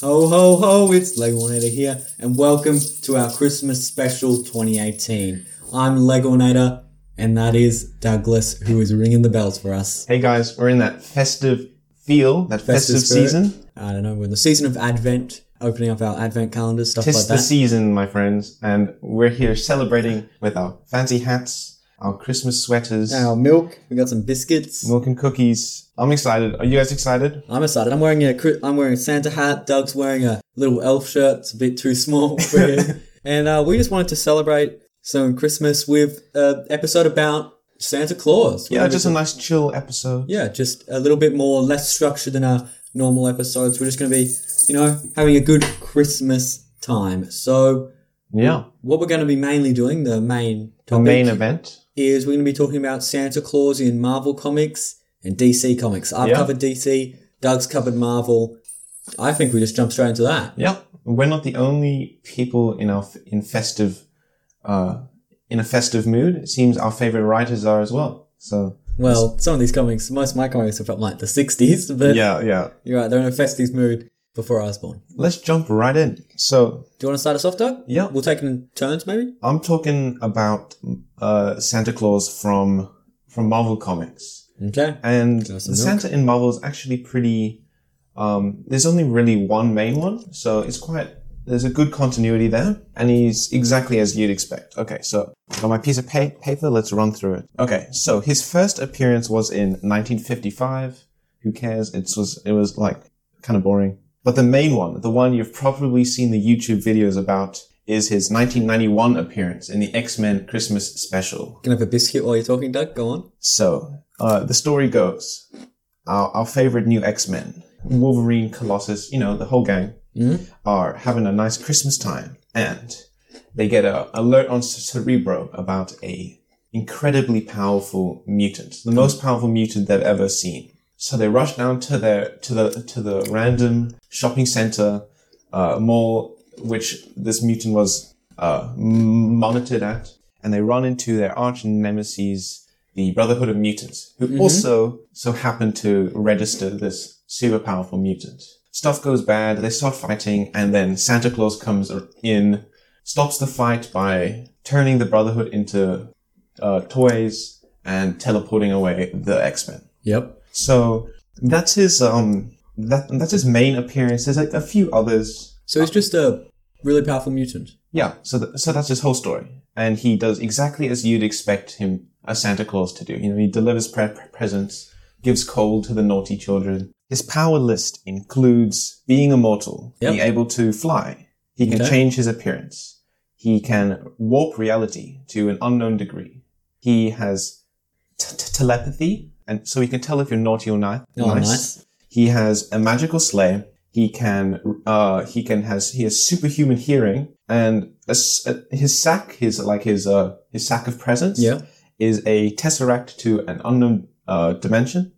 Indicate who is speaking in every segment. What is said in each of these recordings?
Speaker 1: Ho ho ho, it's Legonator here, and welcome to our Christmas special 2018. I'm Legonator, and that is Douglas, who is ringing the bells for us.
Speaker 2: Hey guys, we're in that festive feel, that
Speaker 1: Festive
Speaker 2: festive,
Speaker 1: spirit.
Speaker 2: season.
Speaker 1: I don't know, we're in the season of Advent, opening up our Advent calendars, stuff
Speaker 2: Tis
Speaker 1: like
Speaker 2: the
Speaker 1: that.
Speaker 2: season, my friends, and we're here celebrating with our fancy hats, our Christmas sweaters,
Speaker 1: our milk, we got some biscuits.
Speaker 2: milk and cookies. I'm excited. Are you guys excited?
Speaker 1: I'm excited. I'm wearing a Chri- I'm wearing a Santa hat. Doug's wearing a little elf shirt. It's a bit too small for him. and uh, we just wanted to celebrate some Christmas with an episode about Santa Claus.
Speaker 2: Yeah, just a
Speaker 1: a-
Speaker 2: nice chill episode.
Speaker 1: yeah, just a little bit more less structured than our normal episodes. We're just going to be, you know, having a good Christmas time. So
Speaker 2: Yeah.
Speaker 1: what we're going to be mainly doing, the main
Speaker 2: The
Speaker 1: topic,
Speaker 2: main event.
Speaker 1: is we're going to be talking about Santa Claus in Marvel Comics and DC Comics. I've
Speaker 2: Yeah.
Speaker 1: covered DC, Doug's covered Marvel. I think we just jump straight into that.
Speaker 2: Yep. We're not the only people in our f- in festive uh in a festive mood. It seems our favorite writers are as well. So
Speaker 1: Well, some of these comics, most of my comics are from like the 60s, but
Speaker 2: Yeah, yeah.
Speaker 1: you're right, they're in a festive mood before I was born.
Speaker 2: Let's jump right in. So
Speaker 1: Do you want to start us off, Doug?
Speaker 2: yeah,
Speaker 1: We'll take it in turns, maybe?
Speaker 2: I'm talking about uh, Santa Claus from from Marvel Comics,
Speaker 1: Okay.
Speaker 2: and
Speaker 1: Give
Speaker 2: the
Speaker 1: us some milk.
Speaker 2: Santa in Marvel is actually pretty. Um, there's only really one main one, so it's quite. There's a good continuity there, and he's exactly as you'd expect. Okay, so got my piece of pa- paper. Let's run through it. Okay, so his first appearance was in 1955. Who cares? It was it was like kind of boring. But the main one, the one you've probably seen the YouTube videos about, is his 1991 appearance in the X Men Christmas special.
Speaker 1: Can I have a biscuit while you're talking, Doug? Go on.
Speaker 2: So, uh, the story goes our, our favorite new X Men, Wolverine, Colossus, you know, the whole gang,
Speaker 1: Mhm.
Speaker 2: are having a nice Christmas time. And they get a alert on Cerebro about a incredibly powerful mutant, the most powerful mutant they've ever seen. So they rush down to their to the to the random shopping center uh, mall which this mutant was uh, m- monitored at, and they run into their arch nemesis, the Brotherhood of Mutants, who also so happen to register this super powerful mutant. Stuff goes bad, they start fighting, and then Santa Claus comes ar- in, stops the fight by turning the Brotherhood into uh, toys and teleporting away the X Men.
Speaker 1: Yep.
Speaker 2: So that's his um that that's his main appearance. There's like a few others
Speaker 1: So he's just a really powerful mutant.
Speaker 2: yeah, so th- so that's his whole story, and he does exactly as you'd expect him a Santa Claus to do. You know, he delivers pre- pre- presents, gives coal to the naughty children. His power list includes being immortal,
Speaker 1: Yep.
Speaker 2: being able to fly. He can
Speaker 1: Okay.
Speaker 2: change his appearance. He can warp reality to an unknown degree. He has t- t- telepathy, and so he can tell if you're naughty or ni-
Speaker 1: Oh, nice.
Speaker 2: He has a magical sleigh. He can, uh, he can has he has superhuman hearing, and a s- uh, his sack, his like his uh his sack of presents,
Speaker 1: Yeah.
Speaker 2: is a tesseract to an unknown uh, dimension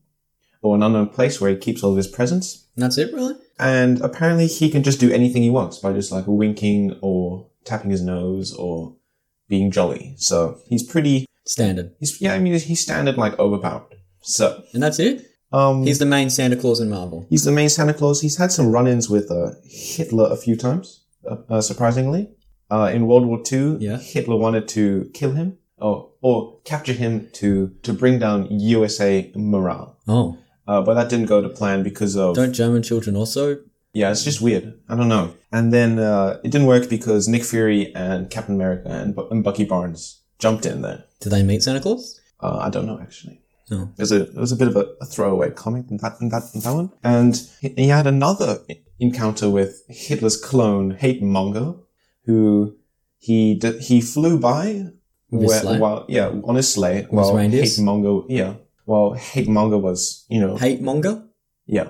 Speaker 2: or an unknown place where he keeps all of his presents.
Speaker 1: And that's it, really?
Speaker 2: And apparently, he can just do anything he wants by just like winking or tapping his nose or being jolly. So he's pretty.
Speaker 1: Standard.
Speaker 2: He's yeah. I mean, he's standard like overpowered. So
Speaker 1: And that's it?
Speaker 2: um,
Speaker 1: He's the main Santa Claus in Marvel.
Speaker 2: He's the main Santa Claus. He's had some run-ins with uh, Hitler a few times, uh, uh, surprisingly. Uh, in World War II,
Speaker 1: Yeah.
Speaker 2: Hitler wanted to kill him or, or capture him to, to bring down USA morale.
Speaker 1: Oh.
Speaker 2: Uh, but that didn't go to plan because of...
Speaker 1: Don't German children also?
Speaker 2: Yeah, it's just weird. I don't know. And then uh, it didn't work because Nick Fury and Captain America and, Bu- and Bucky Barnes jumped in there.
Speaker 1: Did they meet Santa Claus?
Speaker 2: Uh, I don't know actually.
Speaker 1: No.
Speaker 2: It was a it was a bit of a, a throwaway comic in that in that in that one, and he, he had another i- encounter with Hitler's clone Hate Monger, who he d- he flew by
Speaker 1: With his sleigh?
Speaker 2: while yeah on his sleigh
Speaker 1: his
Speaker 2: while
Speaker 1: reindeers?
Speaker 2: Hate Monger yeah while Hate Monger was you know
Speaker 1: Hate monger?
Speaker 2: yeah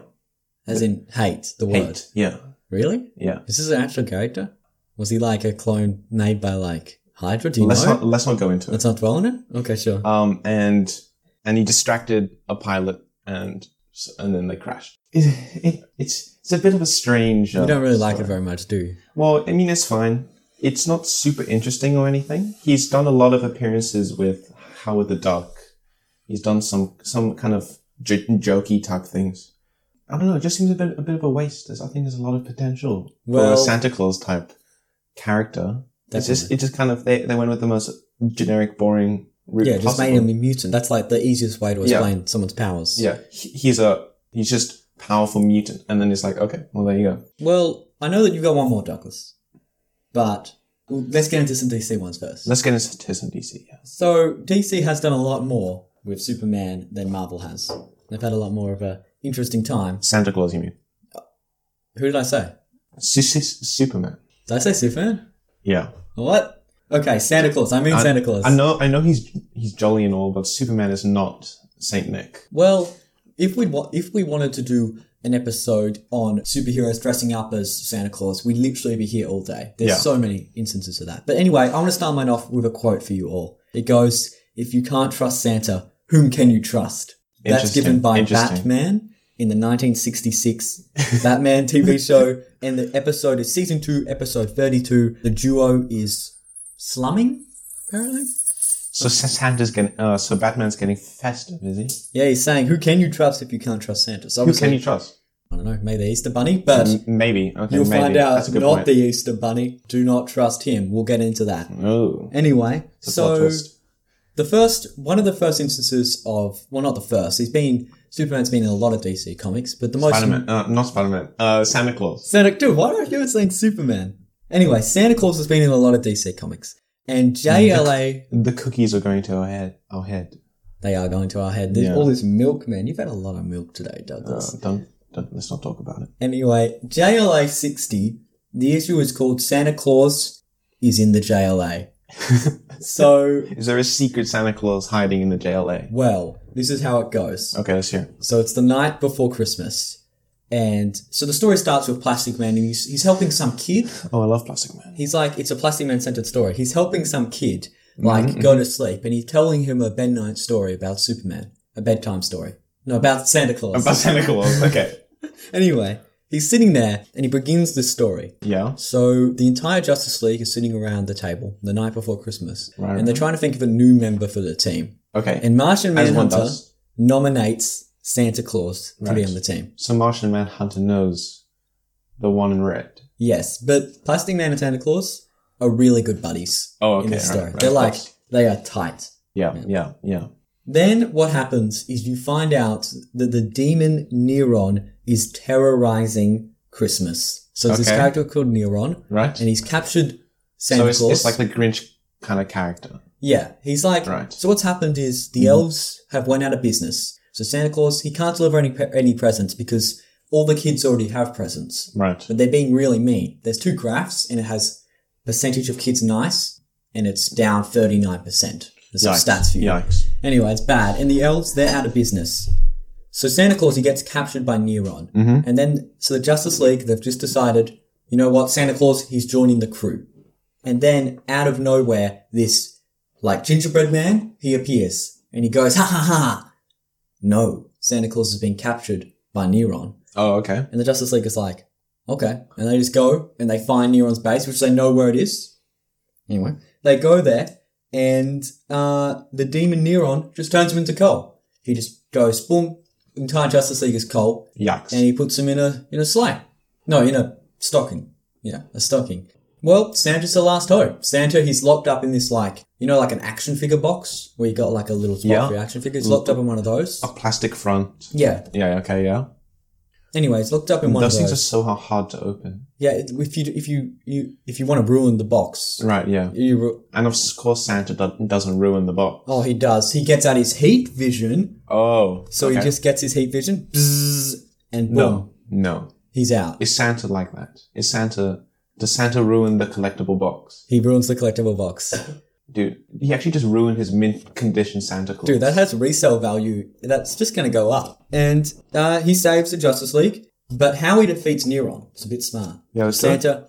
Speaker 1: As in hate, the
Speaker 2: hate
Speaker 1: word.
Speaker 2: yeah
Speaker 1: Really?
Speaker 2: yeah.
Speaker 1: Is this an actual character? Was he like a clone made by like Hydra? Do you
Speaker 2: Let's
Speaker 1: know?
Speaker 2: not let's not go into it.
Speaker 1: Let's not dwell on it? Okay, sure.
Speaker 2: um, and and he distracted a pilot, and s- and then they crashed. It, it, it's it's a bit of a strange. um,
Speaker 1: you don't really like it
Speaker 2: story.
Speaker 1: very much, do you?
Speaker 2: Well, I mean, it's fine. It's not super interesting or anything. He's done a lot of appearances with Howard the Duck. He's done some some kind of j- jokey type things, I don't know. It just seems a bit a bit of a waste. There's, I think there's a lot of potential for
Speaker 1: Well-
Speaker 2: a Santa Claus type character. It's just
Speaker 1: Definitely.
Speaker 2: it just kind of they, they went with the most generic, boring route
Speaker 1: yeah, just
Speaker 2: possible.
Speaker 1: made him a mutant. That's like the easiest way to
Speaker 2: Yeah.
Speaker 1: explain someone's powers.
Speaker 2: yeah, he- he's a he's just powerful mutant, and then it's like okay, well there you go.
Speaker 1: Well, I know that you've got one more, Douglas, but let's get into some DC ones first.
Speaker 2: Let's get into to some DC. Yeah.
Speaker 1: So DC has done a lot more with Superman than Marvel has. They've had a lot more of a interesting time.
Speaker 2: Santa Claus, you mean?
Speaker 1: Who did I say?
Speaker 2: Su- su- Superman.
Speaker 1: Did I say Superman?
Speaker 2: Yeah,
Speaker 1: What? Okay, Santa Claus. I mean
Speaker 2: I-
Speaker 1: Santa Claus.
Speaker 2: I know I know he's he's jolly and all, but Superman is not Saint Nick.
Speaker 1: Well, if we wa- if we wanted to do an episode on superheroes dressing up as Santa Claus, we'd literally be here all day. There's
Speaker 2: Yeah.
Speaker 1: so many instances of that. But anyway, I want to start mine off with a quote for you all. It goes, "If you can't trust Santa, whom can you trust?" That's
Speaker 2: Interesting,
Speaker 1: given by
Speaker 2: interesting.
Speaker 1: Batman in the 1966 Batman TV show, and the episode is season two, episode 32. The duo is slumming, apparently.
Speaker 2: So S- Santa's getting uh, so Batman's getting festive, is he?
Speaker 1: Yeah, he's saying, "Who can you trust if you can't trust Santa?" So
Speaker 2: Who
Speaker 1: obviously,
Speaker 2: can you trust?
Speaker 1: I don't know, maybe the Easter Bunny, but
Speaker 2: M- Maybe. Okay,
Speaker 1: you'll
Speaker 2: Mm, maybe.
Speaker 1: find
Speaker 2: That's
Speaker 1: out
Speaker 2: a
Speaker 1: not
Speaker 2: good point.
Speaker 1: the Easter Bunny. Do not trust him. We'll get into that.
Speaker 2: No.
Speaker 1: Anyway,
Speaker 2: It's Oh, a plot
Speaker 1: so
Speaker 2: twist.
Speaker 1: the first, one of the first instances of, well, not the first. He's been Superman's been in a lot of DC comics, but the most
Speaker 2: Spider-Man. Uh, not Spider-Man. Uh, Santa Claus.
Speaker 1: Santa, dude, why do I keep saying Superman? Anyway, Santa Claus has been in a lot of DC comics,
Speaker 2: Mm.
Speaker 1: and JLA
Speaker 2: The cookies are going to our head. Our head.
Speaker 1: they are going to our head. There's
Speaker 2: Yeah.
Speaker 1: all this milk, man. You've had a lot of milk today,
Speaker 2: Uh,
Speaker 1: Douglas.
Speaker 2: don't, don't. Let's not talk about it.
Speaker 1: Anyway, JLA 60, the issue is called Santa Claus is in the JLA. so,
Speaker 2: Is there a secret Santa Claus hiding in the JLA?
Speaker 1: well, this is how it goes.
Speaker 2: Okay, let's hear. it.
Speaker 1: So it's the night before Christmas. And so the story starts with Plastic Man and he's, he's helping some kid.
Speaker 2: Oh, I love Plastic Man.
Speaker 1: He's like, it's a Plastic Man centered story. He's helping some kid, like, go to sleep. And he's telling him a bedtime story about Superman. A bedtime story. No, about Santa Claus.
Speaker 2: About Santa Claus. Okay.
Speaker 1: anyway, he's sitting there and he begins this story.
Speaker 2: yeah.
Speaker 1: So the entire Justice League is sitting around the table the night before Christmas,
Speaker 2: Right.
Speaker 1: and they're trying to think of a new member for the team.
Speaker 2: Okay.
Speaker 1: And Martian
Speaker 2: As one
Speaker 1: Manhunter
Speaker 2: does.
Speaker 1: nominates Santa Claus to be
Speaker 2: Right.
Speaker 1: on the team.
Speaker 2: So Martian Manhunter knows the one in red.
Speaker 1: Yes, but Plastic Man and Santa Claus are really good buddies
Speaker 2: Oh, okay.
Speaker 1: in this
Speaker 2: right,
Speaker 1: story.
Speaker 2: right,
Speaker 1: they're
Speaker 2: of
Speaker 1: like
Speaker 2: course.
Speaker 1: they are tight.
Speaker 2: yeah, yeah, yeah.
Speaker 1: Then what happens is you find out that the demon Neron is terrorizing Christmas. So there's this
Speaker 2: Okay.
Speaker 1: character called Neron,
Speaker 2: Right.
Speaker 1: and he's captured Santa
Speaker 2: so it's,
Speaker 1: Claus.
Speaker 2: it's like the Grinch kind of character.
Speaker 1: Yeah, he's like.
Speaker 2: Right. Mm-hmm.
Speaker 1: So what's happened is the elves have went out of business. So Santa Claus he can't deliver any pe- any presents because all the kids already have presents.
Speaker 2: Right.
Speaker 1: But they're being really mean. There's two graphs, and it has percentage of kids nice, and it's down thirty nine percent. There's some
Speaker 2: Yikes.
Speaker 1: stats for you.
Speaker 2: Yikes.
Speaker 1: Anyway, it's bad, and the elves they're out of business. So Santa Claus he gets captured by Neron,
Speaker 2: Mhm.
Speaker 1: and then so the Justice League they've just decided, you know what, Santa Claus he's joining the crew, and then out of nowhere this like gingerbread man he appears and he goes ha ha ha, no Santa Claus has been captured by Neron,
Speaker 2: Oh, okay.
Speaker 1: and the Justice League is like, okay. And they just go and they find Neron's base, which they know where it is. Anyway, they go there and uh, the demon Neron just turns him into coal. He just goes, boom, entire Justice League is coal
Speaker 2: Yikes.
Speaker 1: and he puts him in a, in a sleigh. No, in a stocking. Yeah, a stocking. Well, Santa's the last hope. Santa, he's locked up in this like, you know, like an action figure box where you got like a little spot
Speaker 2: Yeah.
Speaker 1: for your action figure. He's locked up in one of those.
Speaker 2: a plastic front.
Speaker 1: Yeah.
Speaker 2: Yeah. Okay. Yeah.
Speaker 1: Anyway, he's locked up in one
Speaker 2: Those
Speaker 1: of
Speaker 2: things
Speaker 1: those.
Speaker 2: are so ha- hard to open.
Speaker 1: Yeah, it- if you if you, you if you want to ruin the box,
Speaker 2: Right. Yeah.
Speaker 1: you ru-
Speaker 2: And of course, Santa do- doesn't ruin the box.
Speaker 1: oh he does. He gets out his heat vision,
Speaker 2: Oh.
Speaker 1: so he
Speaker 2: okay.
Speaker 1: just gets his heat vision, bzzz, and boom,
Speaker 2: no. No.
Speaker 1: he's out.
Speaker 2: Is Santa like that? Is Santa? Does Santa ruin the collectible box?
Speaker 1: He ruins the collectible box,
Speaker 2: Dude, he actually just ruined his mint condition Santa Claus.
Speaker 1: dude. That has resale value. That's just gonna go up. And uh, he saves the Justice League, but how he defeats Neron, it's a bit smart.
Speaker 2: Yeah, it's
Speaker 1: Santa,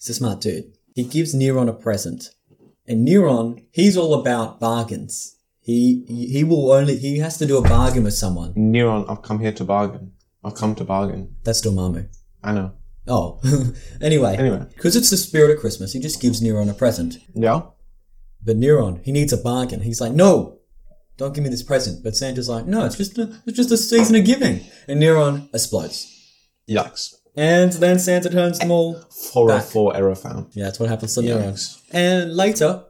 Speaker 1: is a smart dude. He gives Neron a present, and Neron, he's all about bargains. He he will only he has to do a bargain with someone.
Speaker 2: Neron, I've come here to bargain. I've come to bargain.
Speaker 1: That's Dormammu.
Speaker 2: I know.
Speaker 1: Oh, anyway.
Speaker 2: Anyway.
Speaker 1: Because it's the spirit of Christmas, he just gives Neron a present.
Speaker 2: Yeah.
Speaker 1: But Neron, he needs a bargain. He's like, no, don't give me this present. But Santa's like, no, it's just a, it's just a season of giving. And Neron explodes.
Speaker 2: Yikes.
Speaker 1: And then Santa turns them all.
Speaker 2: 404 error found.
Speaker 1: Yeah, that's what happens to Neron.
Speaker 2: Yikes.
Speaker 1: And later,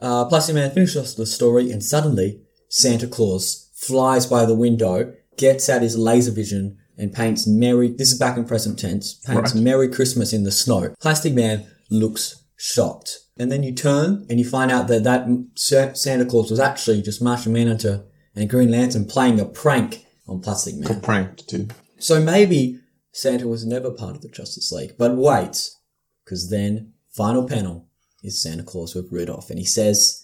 Speaker 1: uh, Plastic Man finishes the story, and suddenly Santa Claus flies by the window, gets out his laser vision, and paints Merry. This is back in present tense. Paints
Speaker 2: Right.
Speaker 1: Merry Christmas in the snow. Plastic Man looks shocked, and then you turn and you find out that that Sa- Santa Claus was actually just Martian Manhunter and Green Lantern playing a prank on Plastic Man.
Speaker 2: Pranked too.
Speaker 1: So maybe Santa was never part of the Justice League. But wait, because then final panel is Santa Claus with Rudolph, and he says,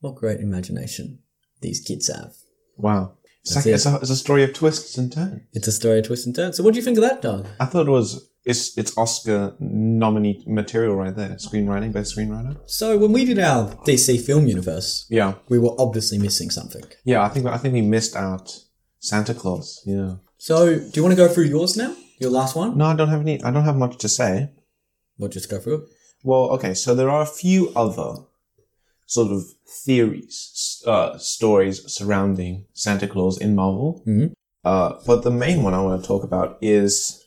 Speaker 1: "What great imagination these kids have."
Speaker 2: Wow. It's,
Speaker 1: That's
Speaker 2: like,
Speaker 1: it.
Speaker 2: it's, a, it's a story of twists and turns.
Speaker 1: It's a story of twists and turns. So what do you think of that, Doug?
Speaker 2: I thought it was it's it's Oscar nominee material right there. Screenwriting, best screenwriter.
Speaker 1: So when we did our DC film universe,
Speaker 2: Yeah,
Speaker 1: we were obviously missing something.
Speaker 2: yeah. I think I think we missed out Santa Claus. Yeah.
Speaker 1: So do you want to go through yours now? Your last one?
Speaker 2: No, I don't have any. I don't have much to say.
Speaker 1: We'll just go through it.
Speaker 2: Well, okay. So there are a few other sort of theories, s- uh, stories surrounding Santa Claus in Marvel.
Speaker 1: Mhm.
Speaker 2: Uh, but the main one I want to talk about is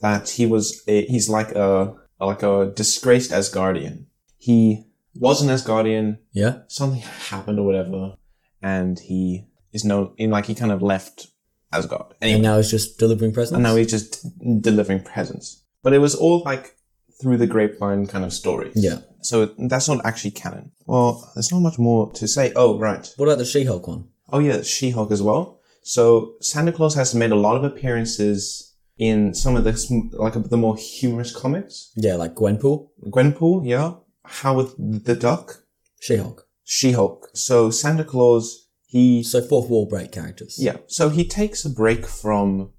Speaker 2: that he was a, he's like a like a disgraced Asgardian. He was an Asgardian.
Speaker 1: Yeah.
Speaker 2: something happened or whatever, and he is no in like he kind of left Asgard.
Speaker 1: And
Speaker 2: Anyway,
Speaker 1: now it's just delivering presents.
Speaker 2: and now he's just delivering presents. But it was all like through the grapevine kind of stories.
Speaker 1: Yeah.
Speaker 2: So that's not actually canon. Well, there's not much more to say. Oh right.
Speaker 1: What about the She-Hulk one?
Speaker 2: Oh yeah, She-Hulk as well. So Santa Claus has made a lot of appearances in some of the sm- like the more humorous comics.
Speaker 1: Yeah, like Gwenpool,
Speaker 2: Gwenpool, yeah. Howard the Duck,
Speaker 1: She-Hulk.
Speaker 2: She-Hulk. So Santa Claus, he
Speaker 1: So fourth wall break characters.
Speaker 2: Yeah. So he takes a break from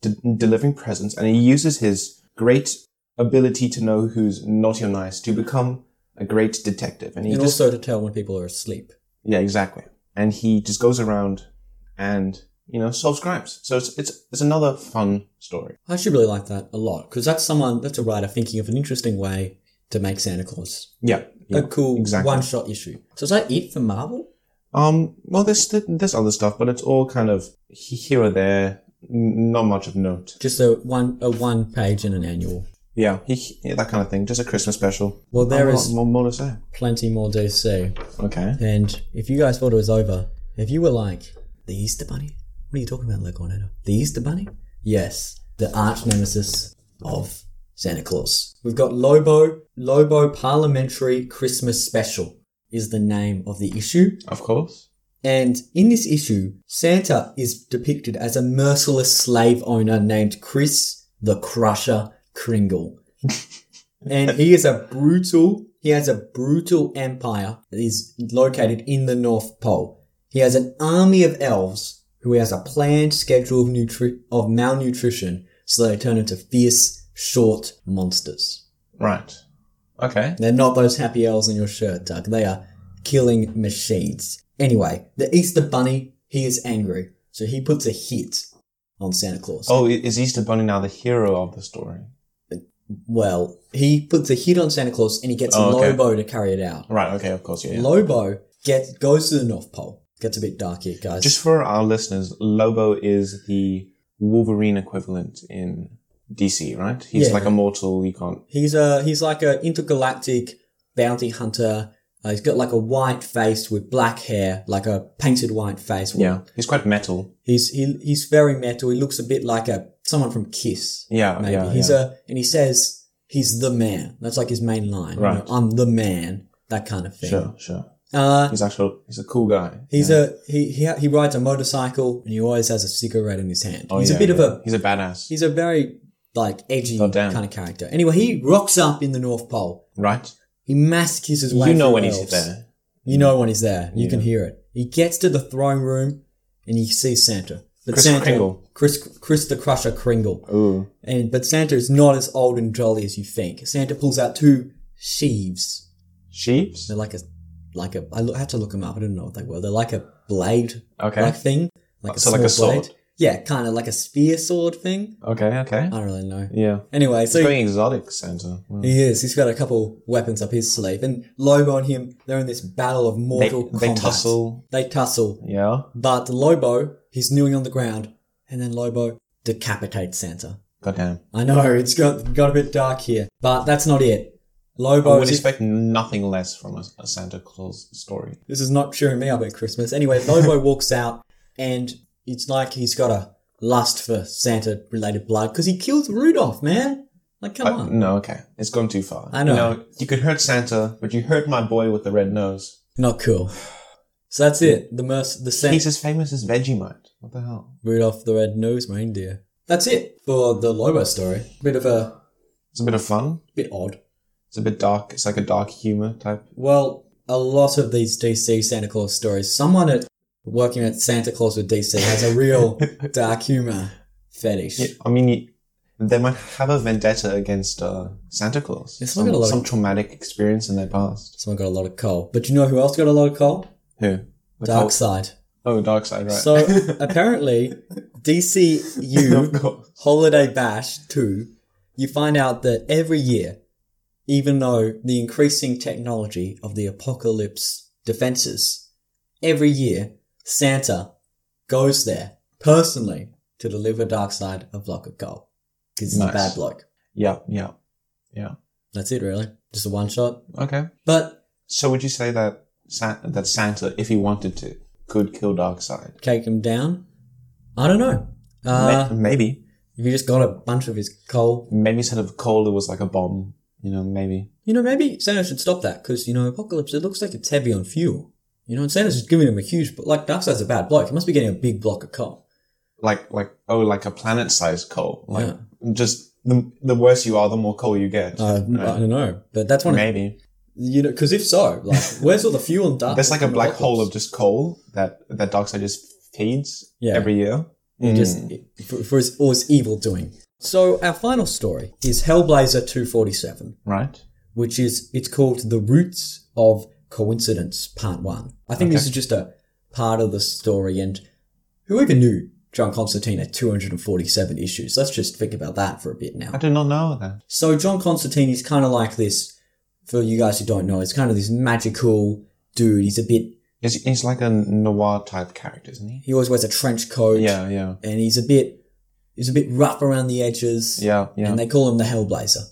Speaker 2: de- delivering presents and he uses his great ability to know who's naughty or nice to become a great detective. And he
Speaker 1: and
Speaker 2: just,
Speaker 1: also to tell when people are asleep.
Speaker 2: yeah, exactly. And he just goes around and, you know, solves crimes. So it's, it's, it's another fun story.
Speaker 1: I actually really like that a lot because that's someone, that's a writer thinking of an interesting way to make Santa Claus
Speaker 2: Yeah. yeah,
Speaker 1: a cool
Speaker 2: Exactly.
Speaker 1: one shot issue. So is that it for Marvel?
Speaker 2: Um, well, there's, there's other stuff, but it's all kind of he- here or there. n- Not much of note.
Speaker 1: Just a one a one page in an annual.
Speaker 2: Yeah, he, he- that kind of thing. Just a Christmas special.
Speaker 1: Well, there
Speaker 2: Not
Speaker 1: is
Speaker 2: more, more to say.
Speaker 1: plenty more DC.
Speaker 2: Okay.
Speaker 1: And if you guys thought it was over, if you were like, the Easter Bunny? What are you talking about, Legonator? The Easter Bunny? Yes, the arch nemesis of Santa Claus. We've got Lobo. Lobo Parliamentary Christmas Special is the name of the issue.
Speaker 2: Of course.
Speaker 1: And in this issue, Santa is depicted as a merciless slave owner named Chris the Crusher Kringle. and he is a brutal, he has a brutal empire that is located in the North Pole. He has an army of elves who has a planned schedule of, nutri- of malnutrition so they turn into fierce, short monsters.
Speaker 2: Right. Okay.
Speaker 1: They're not those happy elves on your shirt, Doug. They are killing machines. Anyway, the Easter Bunny, he is angry, so he puts a hit on Santa Claus.
Speaker 2: Oh, i- is Easter Bunny now the hero of the story?
Speaker 1: Well, he puts a hit on Santa Claus and he gets
Speaker 2: Oh, okay.
Speaker 1: Lobo to carry it out.
Speaker 2: Right. Okay. Of course. Yeah. yeah.
Speaker 1: Lobo get, goes to the North Pole. Gets a bit dark here, guys.
Speaker 2: Just for our listeners, Lobo is the Wolverine equivalent in DC, right? He's
Speaker 1: Yeah.
Speaker 2: like immortal. You can't.
Speaker 1: He's a he's like a intergalactic bounty hunter. Uh, he's got like a white face with black hair, like a painted white face.
Speaker 2: Yeah. He's quite metal.
Speaker 1: He's he, he's very metal. He looks a bit like a someone from Kiss.
Speaker 2: Yeah.
Speaker 1: maybe.
Speaker 2: Yeah.
Speaker 1: he's
Speaker 2: yeah.
Speaker 1: a and he says he's the man. That's like his main line. you
Speaker 2: Right.
Speaker 1: know, I'm the man. That kind of thing.
Speaker 2: sure. Sure.
Speaker 1: Uh,
Speaker 2: He's actual. He's a cool guy.
Speaker 1: he's
Speaker 2: yeah.
Speaker 1: a he, he he rides a motorcycle and he always has a cigarette in his hand.
Speaker 2: Oh,
Speaker 1: he's
Speaker 2: yeah,
Speaker 1: a bit of
Speaker 2: yeah.
Speaker 1: a
Speaker 2: He's a badass.
Speaker 1: he's a very like edgy
Speaker 2: Oh, damn.
Speaker 1: kind of character. Anyway, he rocks up in the North Pole.
Speaker 2: right.
Speaker 1: He massacres his way.
Speaker 2: You know
Speaker 1: through
Speaker 2: when he's
Speaker 1: elves.
Speaker 2: there.
Speaker 1: You know when he's there. You
Speaker 2: Yeah.
Speaker 1: can hear it. He gets to the throne room and he sees Santa. But
Speaker 2: Chris
Speaker 1: Santa,
Speaker 2: Kringle.
Speaker 1: Chris, Chris the Crusher Kringle.
Speaker 2: Ooh.
Speaker 1: And but Santa is not as old and jolly as you think. Santa pulls out two sheaves.
Speaker 2: Sheeps.
Speaker 1: They're like a like a. I lo- had to look them up. I didn't know what they were. They're like a blade
Speaker 2: Okay.
Speaker 1: like thing, like a
Speaker 2: so
Speaker 1: small
Speaker 2: like a
Speaker 1: blade.
Speaker 2: sword.
Speaker 1: Yeah, kind of like a spear sword thing.
Speaker 2: Okay, okay.
Speaker 1: I don't really know.
Speaker 2: Yeah.
Speaker 1: Anyway, so
Speaker 2: It's very exotic, Santa. Wow.
Speaker 1: he is. He's got a couple weapons up his sleeve, and Lobo and him, they're in this battle of
Speaker 2: They,
Speaker 1: mortal
Speaker 2: they
Speaker 1: combat.
Speaker 2: tussle.
Speaker 1: They tussle.
Speaker 2: Yeah.
Speaker 1: But Lobo, he's kneeling on the ground, and then Lobo decapitates Santa.
Speaker 2: Goddamn.
Speaker 1: I know it's got got a bit dark here, but that's not it.
Speaker 2: I
Speaker 1: Lobo,
Speaker 2: would
Speaker 1: is,
Speaker 2: expect nothing less from a, a Santa Claus story.
Speaker 1: this is not cheering me up at Christmas. Anyway, Lobo walks out, and it's like he's got a lust for Santa-related blood because he kills Rudolph, man. Like, come
Speaker 2: But
Speaker 1: on,
Speaker 2: no, okay. It's gone too far.
Speaker 1: I know.
Speaker 2: You, you could hurt Santa, but you hurt my boy with the red nose.
Speaker 1: not cool. So that's it. The merc- the Santa
Speaker 2: He's as famous as Vegemite. What the hell?
Speaker 1: Rudolph the Red-Nosed Reindeer. That's it for the Lobo story. Bit of a
Speaker 2: It's a bit of fun.
Speaker 1: bit odd.
Speaker 2: It's a bit dark. It's like a dark humor type.
Speaker 1: Well, a lot of these DC Santa Claus stories, someone at working at Santa Claus with DC has a real dark humor fetish.
Speaker 2: Yeah, I mean, you- they might have a vendetta against uh, Santa Claus.
Speaker 1: Yes,
Speaker 2: some,
Speaker 1: look at a lot of-
Speaker 2: some traumatic experience in their past.
Speaker 1: Someone got a lot of coal. But you know who else got a lot of coal?
Speaker 2: Who? The
Speaker 1: Dark
Speaker 2: cult-
Speaker 1: Side.
Speaker 2: Oh, Dark Side, right.
Speaker 1: So apparently,
Speaker 2: of
Speaker 1: DCU
Speaker 2: course.
Speaker 1: Holiday Bash 2, you find out that every year, even though the increasing technology of the apocalypse defenses, every year Santa goes there personally to deliver Dark Side a block of coal. Because he's
Speaker 2: Nice.
Speaker 1: a bad bloke.
Speaker 2: Yeah, yeah.
Speaker 1: That's it, really. Just a one shot.
Speaker 2: Okay.
Speaker 1: But
Speaker 2: So would you say that Sa- that Santa, if he wanted to, could kill Darkseid?
Speaker 1: take him down. I don't know.
Speaker 2: Ma
Speaker 1: Uh,
Speaker 2: maybe.
Speaker 1: if you just got a bunch of his coal,
Speaker 2: Maybe instead of coal, it was like a bomb. You know, maybe.
Speaker 1: you know, maybe Santa should stop that because you know, apocalypse. It looks like it's heavy on fuel. You know, and Santa's just giving him a huge, but like Darkseid's a bad bloke. He must be getting a big block of coal.
Speaker 2: Like, like, oh, like a planet-sized coal. Like,
Speaker 1: Yeah.
Speaker 2: just the, the worse you are, the more coal you get.
Speaker 1: Uh, I don't know, but that's one. Of,
Speaker 2: maybe.
Speaker 1: you know, because if so, like, where's all the fuel in Dark?
Speaker 2: There's like a
Speaker 1: in
Speaker 2: black hole of
Speaker 1: Apocalypse?
Speaker 2: just coal that that Darkseid just feeds
Speaker 1: Yeah.
Speaker 2: every year. Mm,
Speaker 1: He just for, for his, all his evil doing. So our final story is Hellblazer two forty seven.
Speaker 2: right.
Speaker 1: which is it's called The Roots of Coincidence Part 1. I think this is just a part of the story and who even knew John Constantine had 247 issues? Let's just think about that for a bit
Speaker 2: I
Speaker 1: now.
Speaker 2: did not know that.
Speaker 1: So John Constantine is kind of like this for you guys who don't know, it's kind of this magical dude. He's a bit
Speaker 2: He's, he's like a noir type character, isn't he?
Speaker 1: he always wears a trench coat
Speaker 2: Yeah, yeah,
Speaker 1: and he's a bit he's a bit rough around the edges.
Speaker 2: yeah, yeah.
Speaker 1: And they call him the Hellblazer.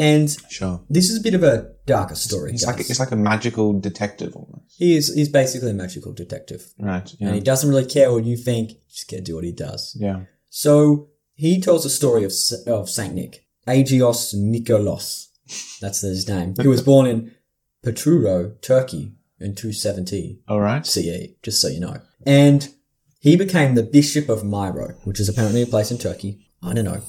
Speaker 1: And
Speaker 2: sure.
Speaker 1: this is a bit of a darker story.
Speaker 2: It's
Speaker 1: guys.
Speaker 2: like it's like a magical detective almost.
Speaker 1: He is he's basically a magical detective.
Speaker 2: Right.
Speaker 1: And
Speaker 2: Yeah.
Speaker 1: he doesn't really care what you think, he's just going to do what he does.
Speaker 2: Yeah.
Speaker 1: So he tells the story of, S- of Saint Nick, Agios Nikolos. That's his name. He was born in Peturo, Turkey in 270
Speaker 2: All right.
Speaker 1: CE, E, just so you know. And he became the Bishop of Myro, which is apparently a place in Turkey. I don't know.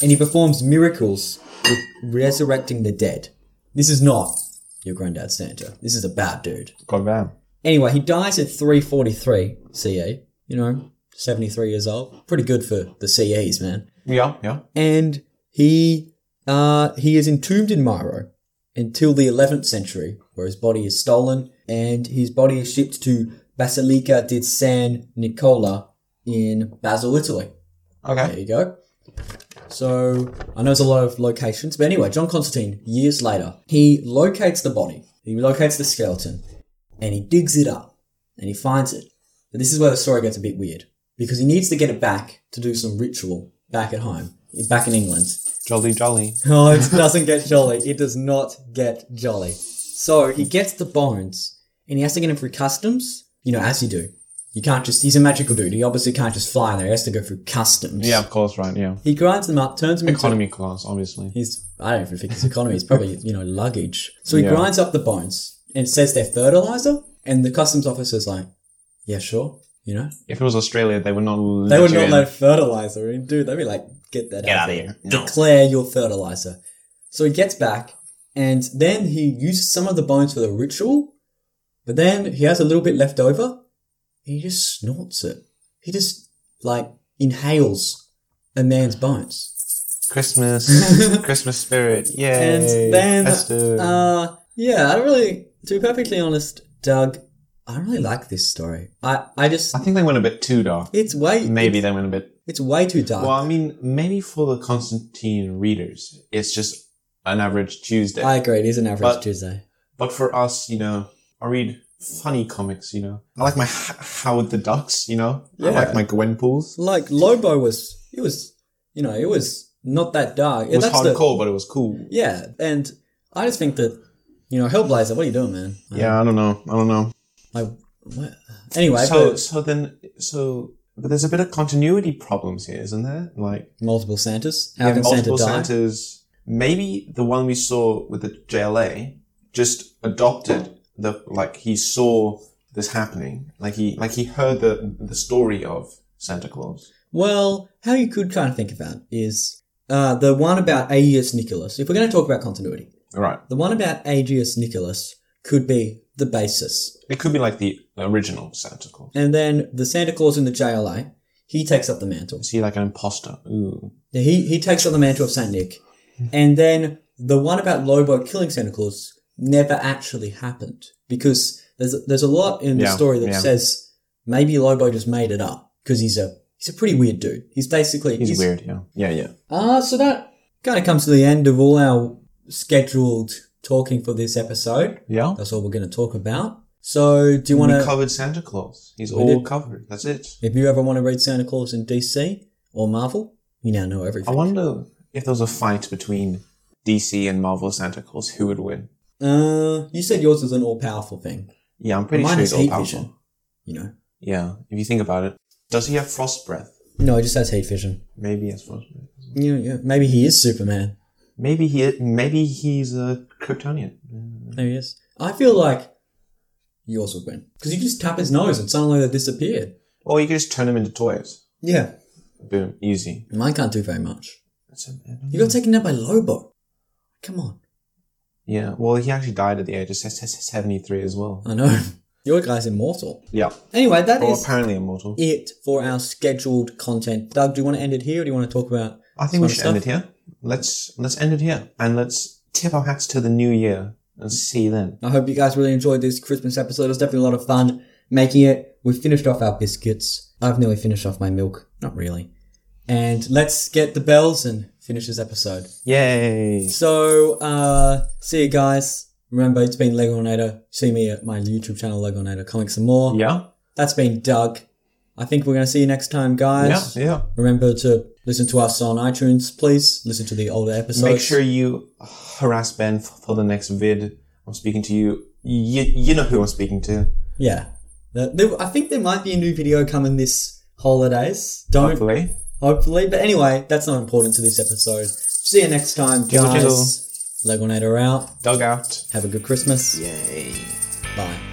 Speaker 1: And he performs miracles with resurrecting the dead. This is not your granddad Santa. This is a bad dude.
Speaker 2: Goddamn.
Speaker 1: Anyway, he dies at 343 CE, E, you know, 73 years old. Pretty good for the CEs, man.
Speaker 2: Yeah. Yeah.
Speaker 1: And he uh, he is entombed in Myro until the 11th century, where his body is stolen and his body is shipped to Basilica di San Nicola in Basel, Italy. There
Speaker 2: Okay.
Speaker 1: you go. So I know there's a lot of locations, but anyway, John Constantine, years later, he locates the body, he locates the skeleton, and he digs it up and he finds it. But this is where the story gets a bit weird because he needs to get it back to do some ritual back at home, back in England.
Speaker 2: Jolly, jolly.
Speaker 1: No, it doesn't get jolly. It does not get jolly. So he gets the bones and he has to get them through customs, you know, as you do. You can't just, he's a magical dude. He obviously can't just fly in there. He has to go through customs.
Speaker 2: Yeah, of course, right. Yeah.
Speaker 1: He grinds them up, turns them into
Speaker 2: Economy class, obviously.
Speaker 1: his. I don't even think it's economy. It's probably you know luggage. So he
Speaker 2: Yeah.
Speaker 1: grinds up the bones and says they're fertilizer, and the customs officer's like, "Yeah, sure." You know,
Speaker 2: If it was Australia, they would not.
Speaker 1: they
Speaker 2: Let
Speaker 1: would
Speaker 2: you
Speaker 1: not
Speaker 2: in.
Speaker 1: let fertilizer in, dude. They'd be like, "Get that
Speaker 2: Get
Speaker 1: out,
Speaker 2: out of here. No.
Speaker 1: Declare your fertilizer." So he gets back, and then he uses some of the bones for the ritual, but then he has a little bit left over. He just snorts it. He just like inhales a man's bones.
Speaker 2: Christmas, Christmas spirit. Yay.
Speaker 1: And then,
Speaker 2: Festive.
Speaker 1: uh, yeah, I don't really, to be perfectly honest, Doug, I really like this story. I, I just
Speaker 2: I think they went a bit too dark.
Speaker 1: it's way
Speaker 2: Maybe they went a bit.
Speaker 1: it's way too dark.
Speaker 2: Well, I mean, maybe for the Constantine readers, it's just an average Tuesday.
Speaker 1: I agree. It is an average
Speaker 2: But-
Speaker 1: Tuesday.
Speaker 2: But for us, you know, I read funny comics, you know. I like my H- Howard the Ducks, you know. I
Speaker 1: Yeah.
Speaker 2: like my Gwenpools.
Speaker 1: Like Lobo was it was you know it was not that dark.
Speaker 2: It was
Speaker 1: That's the-
Speaker 2: hardcore, but it was cool.
Speaker 1: yeah, and I just think that you know Hellblazer. What are you doing, man?
Speaker 2: Yeah, I don't know. I don't know.
Speaker 1: Like what? anyway,
Speaker 2: so,
Speaker 1: but
Speaker 2: so then, so, but there's a bit of continuity problems here, isn't there? Like,
Speaker 1: multiple Santas. How
Speaker 2: yeah,
Speaker 1: can
Speaker 2: multiple
Speaker 1: Santa die?
Speaker 2: Santas. Maybe the one we saw with the JLA just adopted the like he saw this happening, like he like he heard the the story of Santa Claus.
Speaker 1: Well, how you could kind of think about is uh, the one about Aegeus Nicholas. If we're going to talk about continuity,
Speaker 2: All right,
Speaker 1: the one about Aegeus Nicholas could be the basis,
Speaker 2: it could be like the original Santa Claus.
Speaker 1: and then the Santa Claus in the JLA. He takes up the mantle.
Speaker 2: Is he like an imposter? Ooh,
Speaker 1: Yeah, He he takes on the mantle of Saint Nick, and then the one about Lobo killing Santa Claus never actually happened because there's there's a lot in the
Speaker 2: Yeah,
Speaker 1: story that
Speaker 2: yeah.
Speaker 1: says maybe Lobo just made it up because he's a he's a pretty weird dude. He's basically
Speaker 2: he's, weird. Yeah, yeah, yeah.
Speaker 1: Ah, so that kind of comes to the end of all our scheduled talking for this episode.
Speaker 2: Yeah.
Speaker 1: That's all we're going to talk about. So, do you want
Speaker 2: we
Speaker 1: to?
Speaker 2: covered Santa Claus. He's
Speaker 1: We
Speaker 2: all
Speaker 1: did.
Speaker 2: covered. That's it.
Speaker 1: If you ever want to read Santa Claus in DC or Marvel, you now know
Speaker 2: I
Speaker 1: everything.
Speaker 2: wonder if there was a fight between DC and Marvel Santa Claus, who would win?
Speaker 1: Uh, you said yours is an all-powerful thing.
Speaker 2: Yeah, I'm pretty
Speaker 1: Mine
Speaker 2: sure
Speaker 1: is
Speaker 2: he's all
Speaker 1: heat
Speaker 2: powerful.
Speaker 1: vision. You know.
Speaker 2: Yeah, if you think about it, does he have frost breath?
Speaker 1: No, it just has heat vision.
Speaker 2: Maybe he has frost breath.
Speaker 1: Yeah, yeah. Maybe he is Superman.
Speaker 2: Maybe he. Maybe he's a Kryptonian. Mm.
Speaker 1: Maybe he is. I feel like yours would win because you could just tap his nose and suddenly they disappeared.
Speaker 2: Or you could just turn him into toys.
Speaker 1: Yeah,
Speaker 2: Boom, easy.
Speaker 1: mine can't do very much.
Speaker 2: That's a, I don't
Speaker 1: You
Speaker 2: know.
Speaker 1: got taken down by Lobo. Come on,
Speaker 2: yeah. Well, he actually died at the age of se- se- seventy-three as well.
Speaker 1: I know your guy's immortal.
Speaker 2: Yeah.
Speaker 1: Anyway, that
Speaker 2: Or
Speaker 1: is
Speaker 2: apparently immortal.
Speaker 1: it for our scheduled content. Doug, do you want to end it here, or do you want to talk about?
Speaker 2: I think we
Speaker 1: Some
Speaker 2: should end it here. Let's let's end it here and let's tip our hats to the new year and see you then.
Speaker 1: I hope you guys really enjoyed this Christmas episode. It was definitely a lot of fun making it. We've finished off our biscuits. I've nearly finished off my milk. Not really. And let's get the bells and finish this episode.
Speaker 2: Yay!
Speaker 1: So, uh, see you guys. Remember, it's been Legonator. See me at my YouTube channel, Legonator Comics some more.
Speaker 2: Yeah,
Speaker 1: That's been Doug. I think we're going to see you next time,
Speaker 2: yeah,
Speaker 1: guys.
Speaker 2: yeah.
Speaker 1: Remember to listen to us on iTunes, please. Listen to the older episodes.
Speaker 2: Make sure you harass Ben f- for the next vid. I'm speaking to you. You, you know who I'm speaking to.
Speaker 1: Yeah. Uh, there- I think there might be a new video coming this holidays. Don't
Speaker 2: Hopefully.
Speaker 1: hopefully. But anyway, that's not important to this episode. See you next time,
Speaker 2: Jizzle,
Speaker 1: guys. Legonator out.
Speaker 2: Dug out.
Speaker 1: Have a good Christmas.
Speaker 2: Yay.
Speaker 1: Bye.